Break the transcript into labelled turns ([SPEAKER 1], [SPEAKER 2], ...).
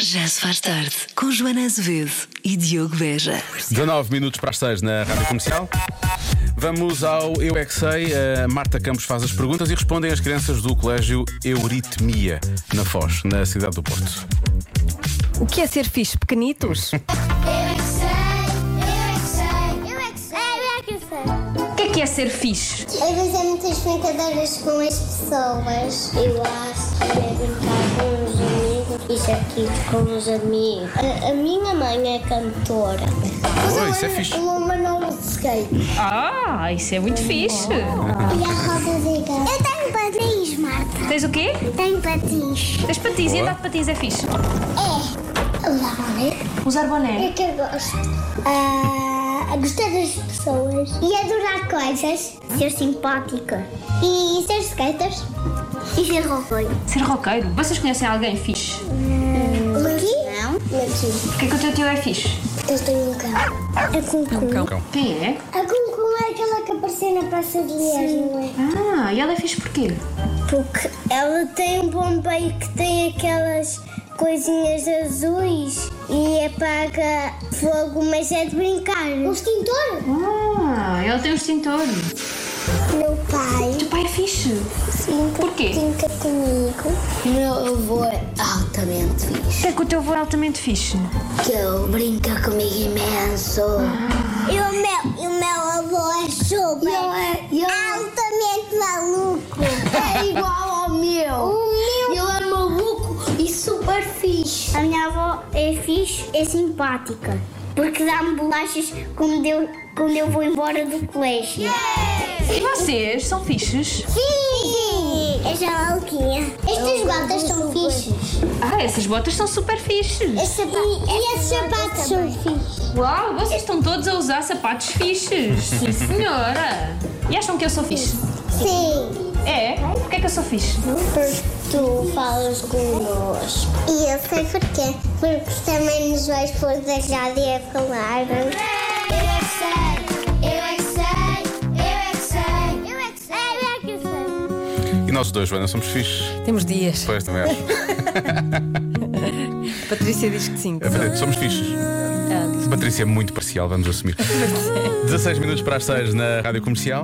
[SPEAKER 1] Já se faz tarde com Joana Azevedo e Diogo Veja.
[SPEAKER 2] 19 minutos para as 6 na Rádio Comercial. Vamos ao Eu é que Sei. A Marta Campos faz as perguntas e respondem as crianças do Colégio Euritmia, na Foz, na cidade do Porto.
[SPEAKER 3] O que é ser fixe? Pequenitos?
[SPEAKER 4] Eu é que sei, eu é que sei, eu é que sei, eu é que sei.
[SPEAKER 5] O que é que é ser fixe?
[SPEAKER 4] Eu vou fazer muitas brincadeiras com as pessoas. Eu acho que é brincar com os amigos. Isso aqui com os amigos. A, a minha mãe é cantora. Mas
[SPEAKER 2] Oi, isso é fixe.
[SPEAKER 4] O meu não skate.
[SPEAKER 5] Ah, isso é muito fixe.
[SPEAKER 4] E a roda de gato. Eu tenho patins, Marta.
[SPEAKER 5] Tens o quê?
[SPEAKER 4] Tenho patins.
[SPEAKER 5] Tens patins e andar de patins é fixe.
[SPEAKER 4] É. Lá,
[SPEAKER 5] Usar boné.
[SPEAKER 4] É que eu gosto. a gostar das pessoas. E adorar coisas. Ser simpática. E ser skaters. E ser roqueiro.
[SPEAKER 5] Ser roqueiro. Vocês conhecem alguém fixe?
[SPEAKER 4] Aqui? Hum. Não. Aqui.
[SPEAKER 5] Porque é que o teu tio é fixe?
[SPEAKER 4] Eu tenho um cão. A Cucu.
[SPEAKER 5] Quem é?
[SPEAKER 4] A Cucu é aquela que apareceu na Praça de Liés, não é?
[SPEAKER 5] Ah, e ela é fixe porquê?
[SPEAKER 4] Porque ela tem um bombeio que tem aquelas coisinhas azuis e apaga fogo, mas é de brincar. Um extintor?
[SPEAKER 5] Ah, ela tem um extintor. O
[SPEAKER 4] Meu pai.
[SPEAKER 5] teu pai é fixe.
[SPEAKER 4] Sim,
[SPEAKER 5] Porquê?
[SPEAKER 4] Brinca comigo. Meu avô é altamente
[SPEAKER 5] O
[SPEAKER 4] fixe.
[SPEAKER 5] que é que o teu avô é altamente fixe?
[SPEAKER 4] Que ele brinca comigo imenso. E o meu, e o meu avô é super. é, altamente maluco. É igual ao meu. O meu. Ele é maluco e super fixe. A minha avó é fixe, é simpática. Porque dá-me bolachas quando eu, quando eu vou embora do colégio.
[SPEAKER 5] E vocês são fixes?
[SPEAKER 4] Sim! Esta é a Alquinha. Estas botas são fixes.
[SPEAKER 5] Ah, essas botas são super fixes.
[SPEAKER 4] e, é esses sapatos são fixes.
[SPEAKER 5] Uau, vocês estão todos a usar sapatos fixes. Sim, senhora. E acham que eu sou fixe?
[SPEAKER 4] Sim.
[SPEAKER 5] É? Porquê é que eu sou fixe?
[SPEAKER 4] Porque tu falas connosco. E eu sei porquê. Porque também nos vais pôr da rádio é a falar. é é
[SPEAKER 2] E nós dois, Joana, somos fixes.
[SPEAKER 3] Temos dias.
[SPEAKER 2] Pois também acho.
[SPEAKER 3] Patrícia diz que sim.
[SPEAKER 2] É verdade, somos fixes. Patrícia é muito parcial, vamos assumir. 16 minutos para as 6 na Rádio Comercial.